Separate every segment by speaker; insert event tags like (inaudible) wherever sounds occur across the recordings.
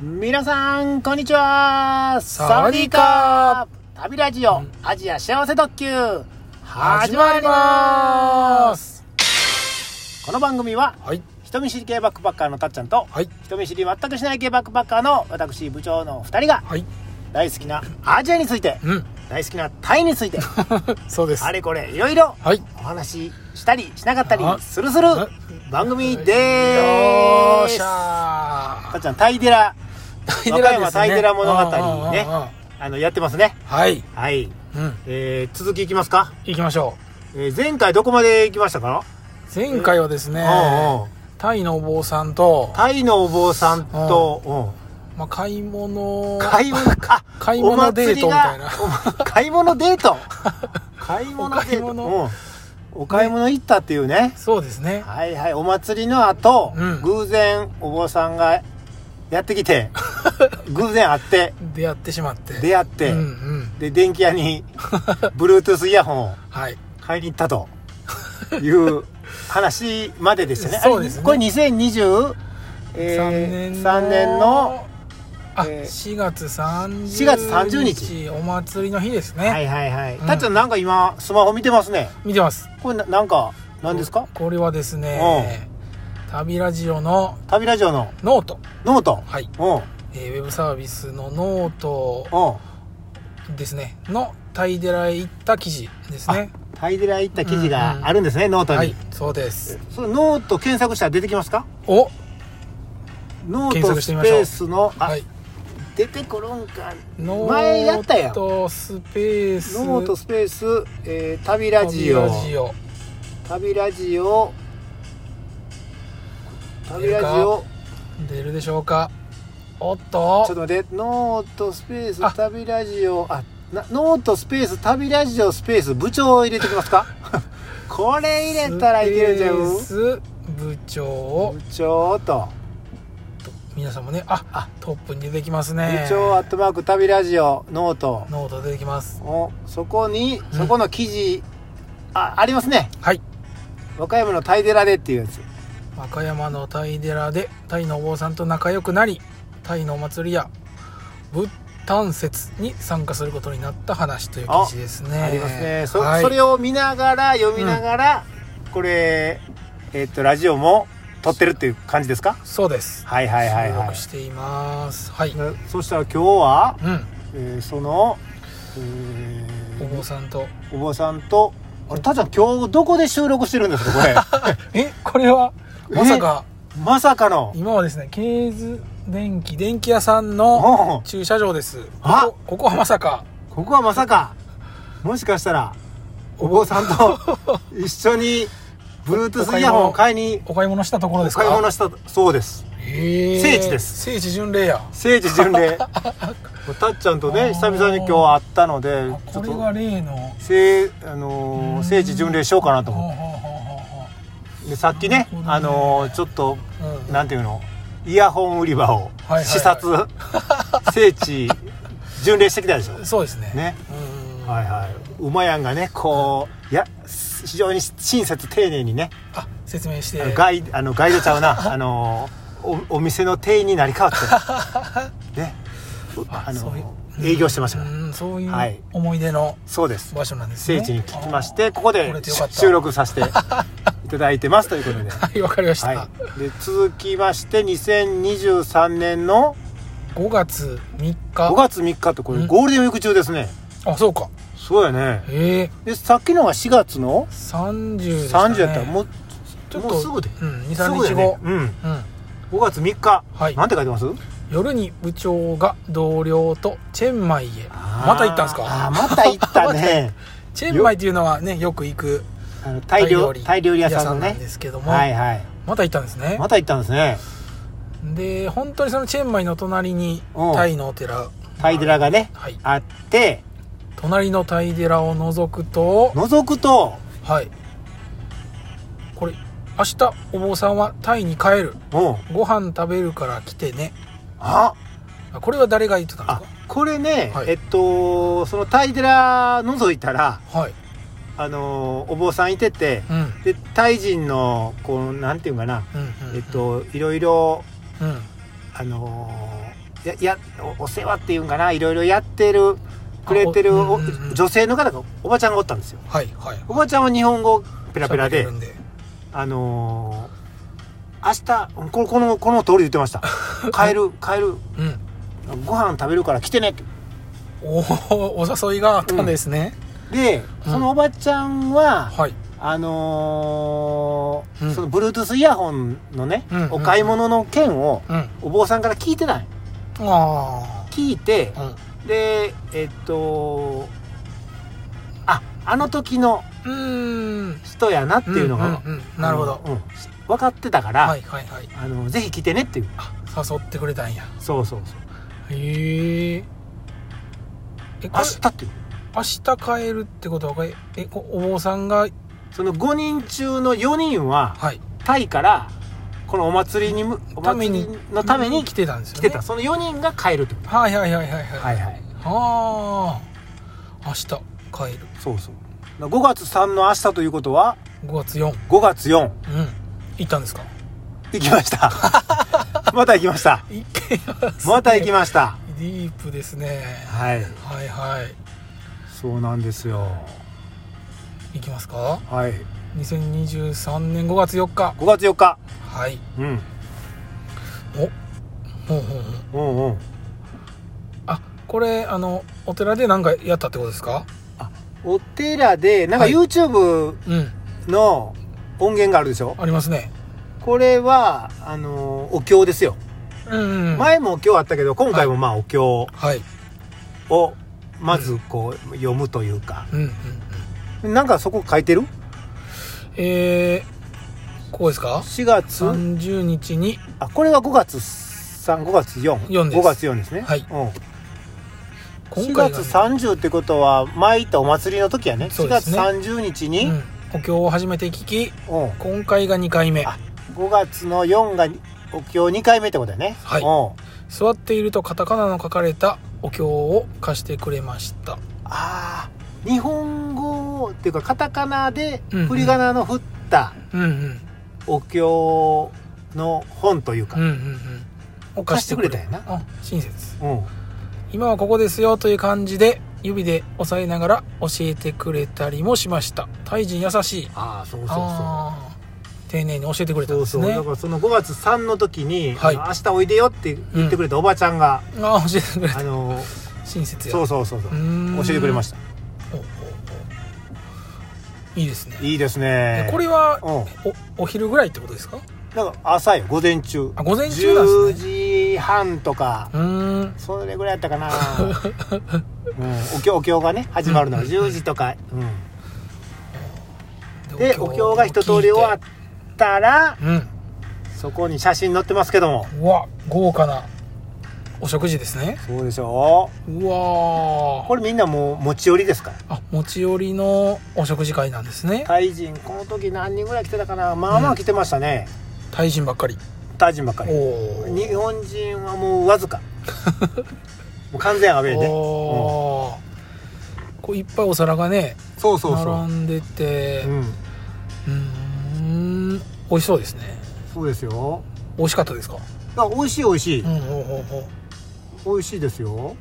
Speaker 1: 皆さん、こんにちは
Speaker 2: サワディーカ
Speaker 1: ー旅ラジオ、アジア幸せ特急始
Speaker 2: 始
Speaker 1: ま
Speaker 2: ま
Speaker 1: り
Speaker 2: り
Speaker 1: ま
Speaker 2: ますす
Speaker 1: この番組は、
Speaker 2: はい
Speaker 1: 人見知り系バックパッカーのたっちゃんと、
Speaker 2: はい
Speaker 1: 人見知り全くしない系バックパッカーの私、部長の二人が、
Speaker 2: はい
Speaker 1: 大好きなアジアについて、 (laughs)
Speaker 2: うん
Speaker 1: 大好きなタイについて、
Speaker 2: そうです
Speaker 1: あれこれいろいろ
Speaker 2: はい
Speaker 1: お話ししたりしなかったり
Speaker 2: あ
Speaker 1: するする
Speaker 2: あ
Speaker 1: 番組で
Speaker 2: よ
Speaker 1: ー
Speaker 2: ー
Speaker 1: す
Speaker 2: し
Speaker 1: た
Speaker 2: ゃ
Speaker 1: っちゃん、タイデラ、
Speaker 2: ー
Speaker 1: 和歌山タイデラ物語ね
Speaker 2: うんうんうんうん
Speaker 1: あの、やってますね。
Speaker 2: はい
Speaker 1: はい。
Speaker 2: うん
Speaker 1: えー、続きいきますか。
Speaker 2: 行きましょ
Speaker 1: えー、前回どこまで行きましたか
Speaker 2: う前回はですね
Speaker 1: うんうん
Speaker 2: タイのお坊さんと、
Speaker 1: タイのお坊さんと、
Speaker 2: まあ、買い物
Speaker 1: うん買い
Speaker 2: (laughs)
Speaker 1: 物、あ
Speaker 2: 買い物デートみたいな
Speaker 1: お祭りがお買い物デー
Speaker 2: (laughs)
Speaker 1: ト買い物デ
Speaker 2: お買い
Speaker 1: ート
Speaker 2: 物
Speaker 1: うんお買い物行ったっていうね。
Speaker 2: そうですね
Speaker 1: はいはい、お祭りの後、
Speaker 2: うん
Speaker 1: 偶然お坊さんがやってき
Speaker 2: (laughs)
Speaker 1: て、偶然会って、
Speaker 2: 出会ってしまって
Speaker 1: 出会って、
Speaker 2: うんうん
Speaker 1: で、電気屋
Speaker 2: (laughs)
Speaker 1: に、Bluetooth イヤホンを
Speaker 2: はい
Speaker 1: 買いに行ったという話まででしたね。
Speaker 2: (laughs) そうですね
Speaker 1: あれこれ2020、え
Speaker 2: 三
Speaker 1: ー
Speaker 2: 年の
Speaker 1: 三年の、
Speaker 2: あ、
Speaker 1: えー
Speaker 2: 4月30
Speaker 1: 4月30日
Speaker 2: お祭りの日ですね、
Speaker 1: はいはいはい。
Speaker 2: うん
Speaker 1: たっちゃんなんか今、スマホ見てますね。
Speaker 2: 見てます
Speaker 1: これななんか、何ですか
Speaker 2: これはですね旅ラジオの
Speaker 1: 旅ラジオの
Speaker 2: ノート
Speaker 1: ノート。
Speaker 2: はい、
Speaker 1: うん、うん。
Speaker 2: えーウェブサービスのノートですねのタイデラへ行った記事ですね
Speaker 1: タイデラ行った記事があるんですね、ノートに。
Speaker 2: はいそうです
Speaker 1: そのノート検索したら出てきますか
Speaker 2: お
Speaker 1: ノー
Speaker 2: 検
Speaker 1: ト
Speaker 2: 索
Speaker 1: ス
Speaker 2: して
Speaker 1: ペ
Speaker 2: みましょう
Speaker 1: ースの、あ、
Speaker 2: はい
Speaker 1: 出てこるんか。
Speaker 2: ノ
Speaker 1: 前やったや
Speaker 2: ー
Speaker 1: ん
Speaker 2: トスペース
Speaker 1: ノートスペース、えー、旅ラジオ。
Speaker 2: 旅ラジオ
Speaker 1: 旅ラジオ。旅ラジオ。
Speaker 2: 出るでしょうかおっと
Speaker 1: ちょっと待って、ノートスペー
Speaker 2: あ
Speaker 1: ス、旅ラジオ。あ、なノートスペース、旅ラジオスペース、部長を入れてきますかこれ入れたらいけるじゃん。部
Speaker 2: スペース部長を
Speaker 1: 長と。
Speaker 2: 皆さんもねあ
Speaker 1: あ
Speaker 2: トップに出てきます
Speaker 1: 部
Speaker 2: ね
Speaker 1: 長アットマーク旅ラジオノート
Speaker 2: ノート出てきます
Speaker 1: おそこに
Speaker 2: うん
Speaker 1: そこの記事、あありますね
Speaker 2: はい
Speaker 1: 和歌山のタイデラでっていうやつ
Speaker 2: 和歌山のタイ寺でタイのお坊さんと仲良くなりタイのお祭りや仏誕節に参加することになった話という記事ですね
Speaker 1: ありますねそ,、
Speaker 2: はい
Speaker 1: それを見ながら読みながら、これえっとラジオも撮ってるっていう感じですか
Speaker 2: そうです
Speaker 1: はいはいはい
Speaker 2: 収
Speaker 1: はい
Speaker 2: 録していますはい、
Speaker 1: なそしたら今日は、
Speaker 2: うん、
Speaker 1: えーその、え
Speaker 2: お
Speaker 1: ー
Speaker 2: 坊さんと
Speaker 1: お坊さんとあれたっちゃん今日どこで収録してるんですかこ
Speaker 2: (laughs)
Speaker 1: れ
Speaker 2: えこれは
Speaker 1: え
Speaker 2: まさか
Speaker 1: まさかの
Speaker 2: 今はですねケーズ電気電気屋さん
Speaker 1: う
Speaker 2: の
Speaker 1: ん
Speaker 2: 駐車場です
Speaker 1: あ
Speaker 2: ここここはまさか
Speaker 1: ここはまさかもしかしたらお坊さんと
Speaker 2: (laughs)
Speaker 1: 一緒に Bluetooth イヤホンを買いに
Speaker 2: お買い物したところですか
Speaker 1: 買い物したそうです
Speaker 2: へー
Speaker 1: 聖地です
Speaker 2: 聖地巡礼や
Speaker 1: 聖地巡
Speaker 2: (laughs)
Speaker 1: 礼たっちゃんと
Speaker 2: あ
Speaker 1: ね
Speaker 2: ー
Speaker 1: 久々に今日会ったので
Speaker 2: あ
Speaker 1: ちょ
Speaker 2: こ
Speaker 1: っ
Speaker 2: れ
Speaker 1: と
Speaker 2: が例の
Speaker 1: 聖,、あのー
Speaker 2: うん
Speaker 1: 聖地巡礼しようかなと
Speaker 2: ほう
Speaker 1: 思っ
Speaker 2: ほうほうほうほう
Speaker 1: てでさっきね
Speaker 2: なるほどね
Speaker 1: あのーちょっと
Speaker 2: うん
Speaker 1: なんていうのイヤホン売り場を
Speaker 2: はいはいはい
Speaker 1: 視
Speaker 2: (laughs)
Speaker 1: 察、聖地巡礼してきたでしょ
Speaker 2: そうですね。
Speaker 1: ね
Speaker 2: うん
Speaker 1: はいはい馬やんがねこういや非常に親切丁寧にね
Speaker 2: あ、説明して。
Speaker 1: あのガイあのガイドちゃう
Speaker 2: (laughs)
Speaker 1: なあのおお店の店員になり変わって
Speaker 2: (laughs)
Speaker 1: ねうあ
Speaker 2: そういう
Speaker 1: の営業してましたから、
Speaker 2: うん、そうい
Speaker 1: はいう
Speaker 2: 思い出の
Speaker 1: そうです
Speaker 2: 場所なんですね。
Speaker 1: 聖地に聞きましてここ
Speaker 2: こ
Speaker 1: で
Speaker 2: れでよかった
Speaker 1: 収録させていただいてますということで
Speaker 2: あー。 (laughs) はい、わかりました。
Speaker 1: はい、で続きまして2023年の
Speaker 2: 5月3
Speaker 1: 5
Speaker 2: 日。
Speaker 1: 月3日とこ
Speaker 2: う
Speaker 1: れ
Speaker 2: ん
Speaker 1: ゴールデンウィーク中ですね
Speaker 2: あ、そうか。
Speaker 1: そうやね
Speaker 2: ええ、
Speaker 1: でさっきのが4月の
Speaker 2: 30でしたね。
Speaker 1: 30やったらもう
Speaker 2: ちょっと
Speaker 1: もうすぐで
Speaker 2: うん、2、
Speaker 1: す
Speaker 2: 3
Speaker 1: ぐ
Speaker 2: 日
Speaker 1: やね
Speaker 2: 後。
Speaker 1: うん
Speaker 2: うん。
Speaker 1: 5月3日、
Speaker 2: はい
Speaker 1: なんて書いてます
Speaker 2: 夜に部長が同僚とチェンマイへ。また行ったんです
Speaker 1: あー
Speaker 2: か
Speaker 1: また行
Speaker 2: (laughs)
Speaker 1: ったね
Speaker 2: チェンマイっていうのはね、よく行く
Speaker 1: あのタイ料タイ料理屋さんの
Speaker 2: なん
Speaker 1: ね
Speaker 2: ですけども、
Speaker 1: はいはい
Speaker 2: また行ったんですね。
Speaker 1: また行ったんですね
Speaker 2: で、本当にそのチェンマイの隣に
Speaker 1: うん
Speaker 2: タイのお寺。
Speaker 1: タイ寺がね
Speaker 2: はい。
Speaker 1: あって
Speaker 2: 隣のタイ寺を除くと、
Speaker 1: 覗くと
Speaker 2: はい。これ、明日お坊さんはタイに帰る。
Speaker 1: うん
Speaker 2: ご飯食べるから来てね。
Speaker 1: あ
Speaker 2: あこれは誰が言ってたん
Speaker 1: あ
Speaker 2: です
Speaker 1: これね、
Speaker 2: はい
Speaker 1: えっとそのタイ寺覗いたら
Speaker 2: かはい。
Speaker 1: あのお坊さんいてて
Speaker 2: うん。うん
Speaker 1: でタイ人のこうなんていうんかな、
Speaker 2: うん。うん
Speaker 1: えっ、といろいろ
Speaker 2: うん。
Speaker 1: あのややおお世話っていうんかないろいろやってるくれてる
Speaker 2: あお
Speaker 1: お
Speaker 2: うんうんうん
Speaker 1: 女性の方がおばちゃんがおったんですよ
Speaker 2: はいはい
Speaker 1: おばちゃんは日本語ペ
Speaker 2: ペ
Speaker 1: ラペラであのー明日ここのこの通り言ってました「帰る帰る
Speaker 2: うん
Speaker 1: ご飯食べるから来てね」って
Speaker 2: おーお誘いがあったんですね、
Speaker 1: で
Speaker 2: うん
Speaker 1: そのおばちゃんは、
Speaker 2: はい
Speaker 1: あのー
Speaker 2: うん
Speaker 1: その Bluetooth イヤホンのね、
Speaker 2: うんうん
Speaker 1: お買い物の件を
Speaker 2: うんあ
Speaker 1: お坊さんから聞いてない
Speaker 2: あ
Speaker 1: 聞いて
Speaker 2: ー
Speaker 1: でえっとああの時の
Speaker 2: うんうーん
Speaker 1: 人やなっていうのが、
Speaker 2: うんうんうんなるほど
Speaker 1: あのうん分かってたから、
Speaker 2: はいはいはい
Speaker 1: あのぜひ来てねっていう
Speaker 2: あ誘ってくれたんや
Speaker 1: そうそうそう
Speaker 2: へええこ
Speaker 1: 明
Speaker 2: れ
Speaker 1: 日っていう
Speaker 2: 明日帰るってことはこれえおお坊さんが
Speaker 1: その5人中の4人は
Speaker 2: はい
Speaker 1: タイからこのお祭りにむお
Speaker 2: ため
Speaker 1: 祭
Speaker 2: に
Speaker 1: りのために
Speaker 2: 来
Speaker 1: 来
Speaker 2: てたんですよ、
Speaker 1: 来
Speaker 2: ね、
Speaker 1: てたその4人が帰るってこ
Speaker 2: はいはいはいはいは
Speaker 1: と
Speaker 2: い
Speaker 1: はいはい
Speaker 2: はあ明日帰る
Speaker 1: そうそう5月3の明日ということは
Speaker 2: 5月4うん
Speaker 1: 5月4
Speaker 2: 行ったんですか
Speaker 1: 行きました (laughs) また行きました
Speaker 2: 行けま
Speaker 1: (laughs)
Speaker 2: す
Speaker 1: また行きました
Speaker 2: ディープですね
Speaker 1: はい
Speaker 2: はいはい
Speaker 1: そうなんですよ
Speaker 2: 行きますか
Speaker 1: はい
Speaker 2: 2023年5月4日
Speaker 1: 5月4日
Speaker 2: はい
Speaker 1: うん
Speaker 2: ほうほうほう
Speaker 1: うんうん
Speaker 2: あこれあのお寺で何かやったってことですか
Speaker 1: お寺でなんか
Speaker 2: はい
Speaker 1: YouTube
Speaker 2: うん
Speaker 1: の音源があるでしょ
Speaker 2: ありますね
Speaker 1: これはあのーお経ですよ
Speaker 2: うん、うん、
Speaker 1: 前もお経あったけど今回もまあお経
Speaker 2: はい
Speaker 1: をまずこう読むというか
Speaker 2: うんうんうん
Speaker 1: なんかそこ書いてる
Speaker 2: えー、ここですか
Speaker 1: ?4 月
Speaker 2: 30日に
Speaker 1: あこれは5月35月
Speaker 2: 4です
Speaker 1: 45月4ですね
Speaker 2: はい
Speaker 1: うん4
Speaker 2: 今回
Speaker 1: 月
Speaker 2: がね
Speaker 1: 30ってことは前行ったお祭りの時やね
Speaker 2: そう
Speaker 1: 4
Speaker 2: です
Speaker 1: 月
Speaker 2: ね
Speaker 1: 30日に、
Speaker 2: うん、お経を初めて聞き
Speaker 1: うん
Speaker 2: 今回が2回目
Speaker 1: あ5月の4がお経2回目ってことやね
Speaker 2: はい
Speaker 1: うん
Speaker 2: 座っているとカタカナの書かれたお経を貸してくれました
Speaker 1: あー日本語っていうかカタカナで
Speaker 2: うんうん
Speaker 1: 振り仮名の振った
Speaker 2: うんうん
Speaker 1: お経の本というか
Speaker 2: うんうんうんを貸してくれ
Speaker 1: 貸してくれた
Speaker 2: あ親切
Speaker 1: うん、
Speaker 2: 今はここですよという感じで指で押さえながら教えてくれたりもしましたタイ人優しい
Speaker 1: ああそうそうそう
Speaker 2: あー丁寧に教えてくれたん
Speaker 1: そ
Speaker 2: で
Speaker 1: う
Speaker 2: す
Speaker 1: そう、
Speaker 2: ね
Speaker 1: だからその5月3の時に、
Speaker 2: はい
Speaker 1: あの明日おいでよって言ってくれたおばちゃんが、
Speaker 2: ああ教えてくれた
Speaker 1: あ
Speaker 2: (laughs)
Speaker 1: の
Speaker 2: 親切や
Speaker 1: そうそうそうそう
Speaker 2: うーん
Speaker 1: 教えてくれました
Speaker 2: おおおいいですね
Speaker 1: いいですね
Speaker 2: これは
Speaker 1: うん
Speaker 2: おお昼ぐらいってことですか
Speaker 1: なんか朝よ午前中
Speaker 2: あ午前中なんですね
Speaker 1: 10時半とか
Speaker 2: うーん
Speaker 1: それぐらいやったか
Speaker 2: (laughs)
Speaker 1: な、うん、お経お経がね始まるのは
Speaker 2: うんうんうん
Speaker 1: 10時とか、うん、でお経が一通り終わったら
Speaker 2: うん
Speaker 1: そこに写真載ってますけども
Speaker 2: うわ豪華なお食事ですね
Speaker 1: そうでしょ
Speaker 2: うわ
Speaker 1: う
Speaker 2: ー
Speaker 1: これみんなもう持ち寄りですから
Speaker 2: あ持ち寄りのお食事会なんですね
Speaker 1: タイ人この時何人ぐらい来てたかなまあまあ来てましたね、
Speaker 2: タイ人ばっかり
Speaker 1: タイ人ばっか
Speaker 2: お
Speaker 1: り
Speaker 2: おー
Speaker 1: 日本人はもうわず
Speaker 2: (laughs)
Speaker 1: かもう完全アウェーで、
Speaker 2: おーこういっぱいお皿がね
Speaker 1: そうそうそう
Speaker 2: 並んでて
Speaker 1: うん
Speaker 2: うーん美味しそうですね
Speaker 1: そうですよ
Speaker 2: 美味しかったですか
Speaker 1: あ美味しい美味しい、
Speaker 2: うんほうほうほ
Speaker 1: 美味しいですよ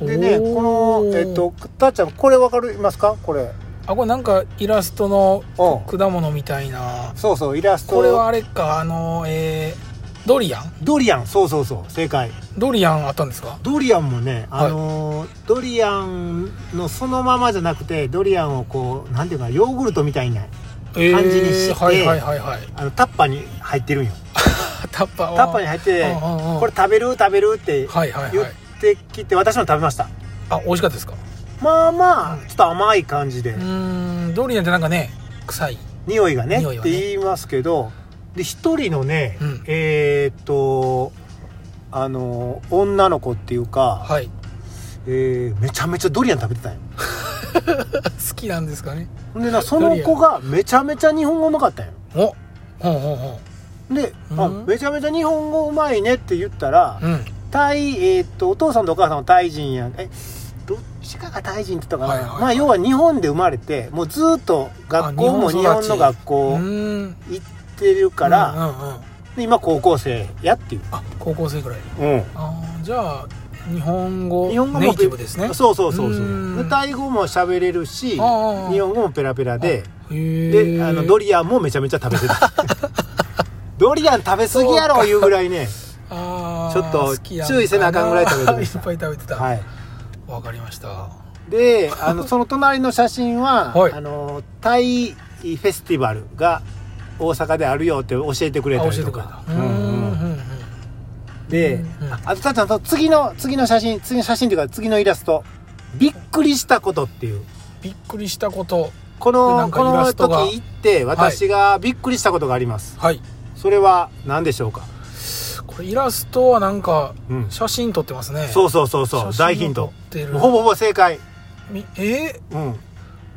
Speaker 2: う
Speaker 1: でねこ
Speaker 2: お
Speaker 1: の
Speaker 2: ー
Speaker 1: えっとたっちゃんこれわかりますかこれ
Speaker 2: あこれなんかイラストの
Speaker 1: お
Speaker 2: 果物みたいな
Speaker 1: そうそうイラスト
Speaker 2: これはあれかあのえー、ドリアン
Speaker 1: ドリアンそうそうそう正解
Speaker 2: ドリアンあったんですか
Speaker 1: ドリアンもね、
Speaker 2: はい
Speaker 1: あのードリアンのそのままじゃなくてドリアンをこうなんていうかヨーグルトみたいな
Speaker 2: えー
Speaker 1: 感じにして
Speaker 2: はいはいはいはい
Speaker 1: あのタッパーに入ってるんよ
Speaker 2: タッパー
Speaker 1: タッパーに入っててこ
Speaker 2: こ
Speaker 1: れ食べる食べるって
Speaker 2: はいはい
Speaker 1: 言
Speaker 2: は
Speaker 1: っ
Speaker 2: い
Speaker 1: てきて私も食べました
Speaker 2: あ美味しかったですか
Speaker 1: まあまあ
Speaker 2: うん
Speaker 1: ちょっと甘い感じで
Speaker 2: うーんドリアンってなんかね臭い
Speaker 1: 匂いがね
Speaker 2: 匂い
Speaker 1: っ
Speaker 2: は
Speaker 1: て
Speaker 2: ね
Speaker 1: 言いますけどで一人のね、
Speaker 2: うん
Speaker 1: えーっとあの女の子っていうか、
Speaker 2: はい
Speaker 1: えーめちゃめちゃドリアン食べてたんよ
Speaker 2: 好きなんですかね
Speaker 1: ほんでなその子がめちゃめちゃ日本語うまかったんよ
Speaker 2: おほうほうほ
Speaker 1: で、
Speaker 2: うん
Speaker 1: あめちゃめちゃ日本語うまいねって言ったら
Speaker 2: ううん
Speaker 1: タイ、えーっとお父さんとお母さんはタイ人やんえどっちかがタイ人って言ったかな、
Speaker 2: はいはいはい
Speaker 1: まあ要は日本で生まれてもうずーっと学校も
Speaker 2: あ日本
Speaker 1: 日
Speaker 2: 育
Speaker 1: 本
Speaker 2: ち
Speaker 1: の学
Speaker 2: う
Speaker 1: 校
Speaker 2: ーん
Speaker 1: 行ってるから、
Speaker 2: うんうんうん
Speaker 1: で今高校生やっていう、
Speaker 2: あ高校生ぐらい
Speaker 1: うん、
Speaker 2: あーじゃあ日本語
Speaker 1: 日本語も
Speaker 2: ネイティブですね
Speaker 1: そうそうそうそううんでタイ語も喋れるし日
Speaker 2: ああああ
Speaker 1: 本語もペラペラで
Speaker 2: へー
Speaker 1: であのドリアンもめちゃめちゃ食べ
Speaker 2: (laughs)
Speaker 1: てたドリアン食べ過ぎやろいうぐらいね
Speaker 2: あー
Speaker 1: ちょっと
Speaker 2: 好きやん
Speaker 1: 注意せなあかんぐらい食べてました
Speaker 2: (laughs) いっぱい食べてたわ、
Speaker 1: はい
Speaker 2: かりましたは
Speaker 1: であのその隣の写真は、
Speaker 2: はい
Speaker 1: あのタイフェスティバルが大阪であるよって教えてく
Speaker 2: い
Speaker 1: れた
Speaker 2: 教
Speaker 1: り
Speaker 2: えて
Speaker 1: と
Speaker 2: くれ
Speaker 1: か
Speaker 2: たうーんうんうん
Speaker 1: で、
Speaker 2: うん
Speaker 1: あとたっちゃんその次の次の写真次の写真というか次のイラストびっくりしたことっていう
Speaker 2: びっくりしたこと
Speaker 1: こ
Speaker 2: でな
Speaker 1: の
Speaker 2: ん
Speaker 1: こ
Speaker 2: かイラ
Speaker 1: の
Speaker 2: スト
Speaker 1: 時
Speaker 2: が
Speaker 1: 行って私がびっくりしたことがあります、
Speaker 2: はい
Speaker 1: それは何でしょうか、
Speaker 2: これイラストはなんか
Speaker 1: うん、
Speaker 2: 写真撮ってますね
Speaker 1: そううそうそうそう大ヒント
Speaker 2: ってる
Speaker 1: ほぼほぼ正解
Speaker 2: みえー
Speaker 1: うん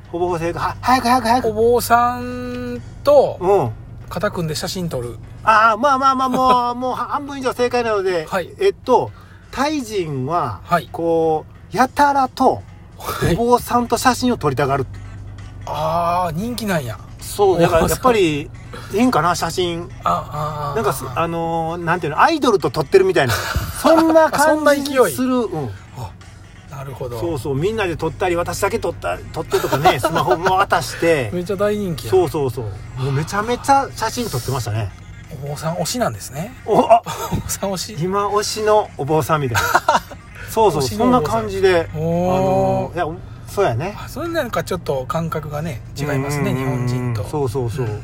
Speaker 1: ほぼほぼ正解は早く早く早く
Speaker 2: お坊さんと
Speaker 1: うん
Speaker 2: 肩組んで写真撮る
Speaker 1: ああまあまあまあもう (laughs) もう半分以上正解なので、
Speaker 2: はい
Speaker 1: えっとタイ人は
Speaker 2: はい
Speaker 1: こうやたらと
Speaker 2: は
Speaker 1: お
Speaker 2: い
Speaker 1: 坊さんと写真を撮りたがる、
Speaker 2: ああ人気なんや
Speaker 1: そうだからやっぱりいいんかな写真
Speaker 2: ああー
Speaker 1: なんかすあのーなんていうのアイドルと撮ってるみたいなそんな
Speaker 2: (laughs) そん
Speaker 1: 感
Speaker 2: な
Speaker 1: じ
Speaker 2: 勢い
Speaker 1: するうん
Speaker 2: なるほど
Speaker 1: そうそうみんなで撮ったり私だけ撮った撮ってとか
Speaker 2: (laughs)
Speaker 1: ねスマホも渡して
Speaker 2: めっちゃ大人気や
Speaker 1: そうそうそうもうめちゃめちゃ写真撮ってましたね
Speaker 2: お坊さん推しなんですね
Speaker 1: おあ
Speaker 2: お坊さん推し
Speaker 1: 今推しのお坊さんみたい
Speaker 2: (laughs)
Speaker 1: なそうそう
Speaker 2: 推し
Speaker 1: そ
Speaker 2: のお
Speaker 1: ん
Speaker 2: 坊さ
Speaker 1: なん感じであ
Speaker 2: お
Speaker 1: の
Speaker 2: お
Speaker 1: ーいやそうやね
Speaker 2: あそれなんかちょっと感覚がね違いますね
Speaker 1: うん
Speaker 2: 日
Speaker 1: うんうん
Speaker 2: 本人と
Speaker 1: そうそうそう、
Speaker 2: んん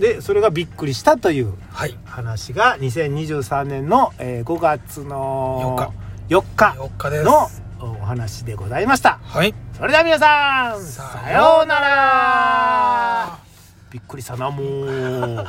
Speaker 1: でそれがびっくりしたという
Speaker 2: はい
Speaker 1: 話が2023年の、えー5月の4日
Speaker 2: 4日です
Speaker 1: のお話でございました
Speaker 2: はい
Speaker 1: それでは皆さん
Speaker 2: さ
Speaker 1: さ
Speaker 2: よ
Speaker 1: ようならびっくりしたなもう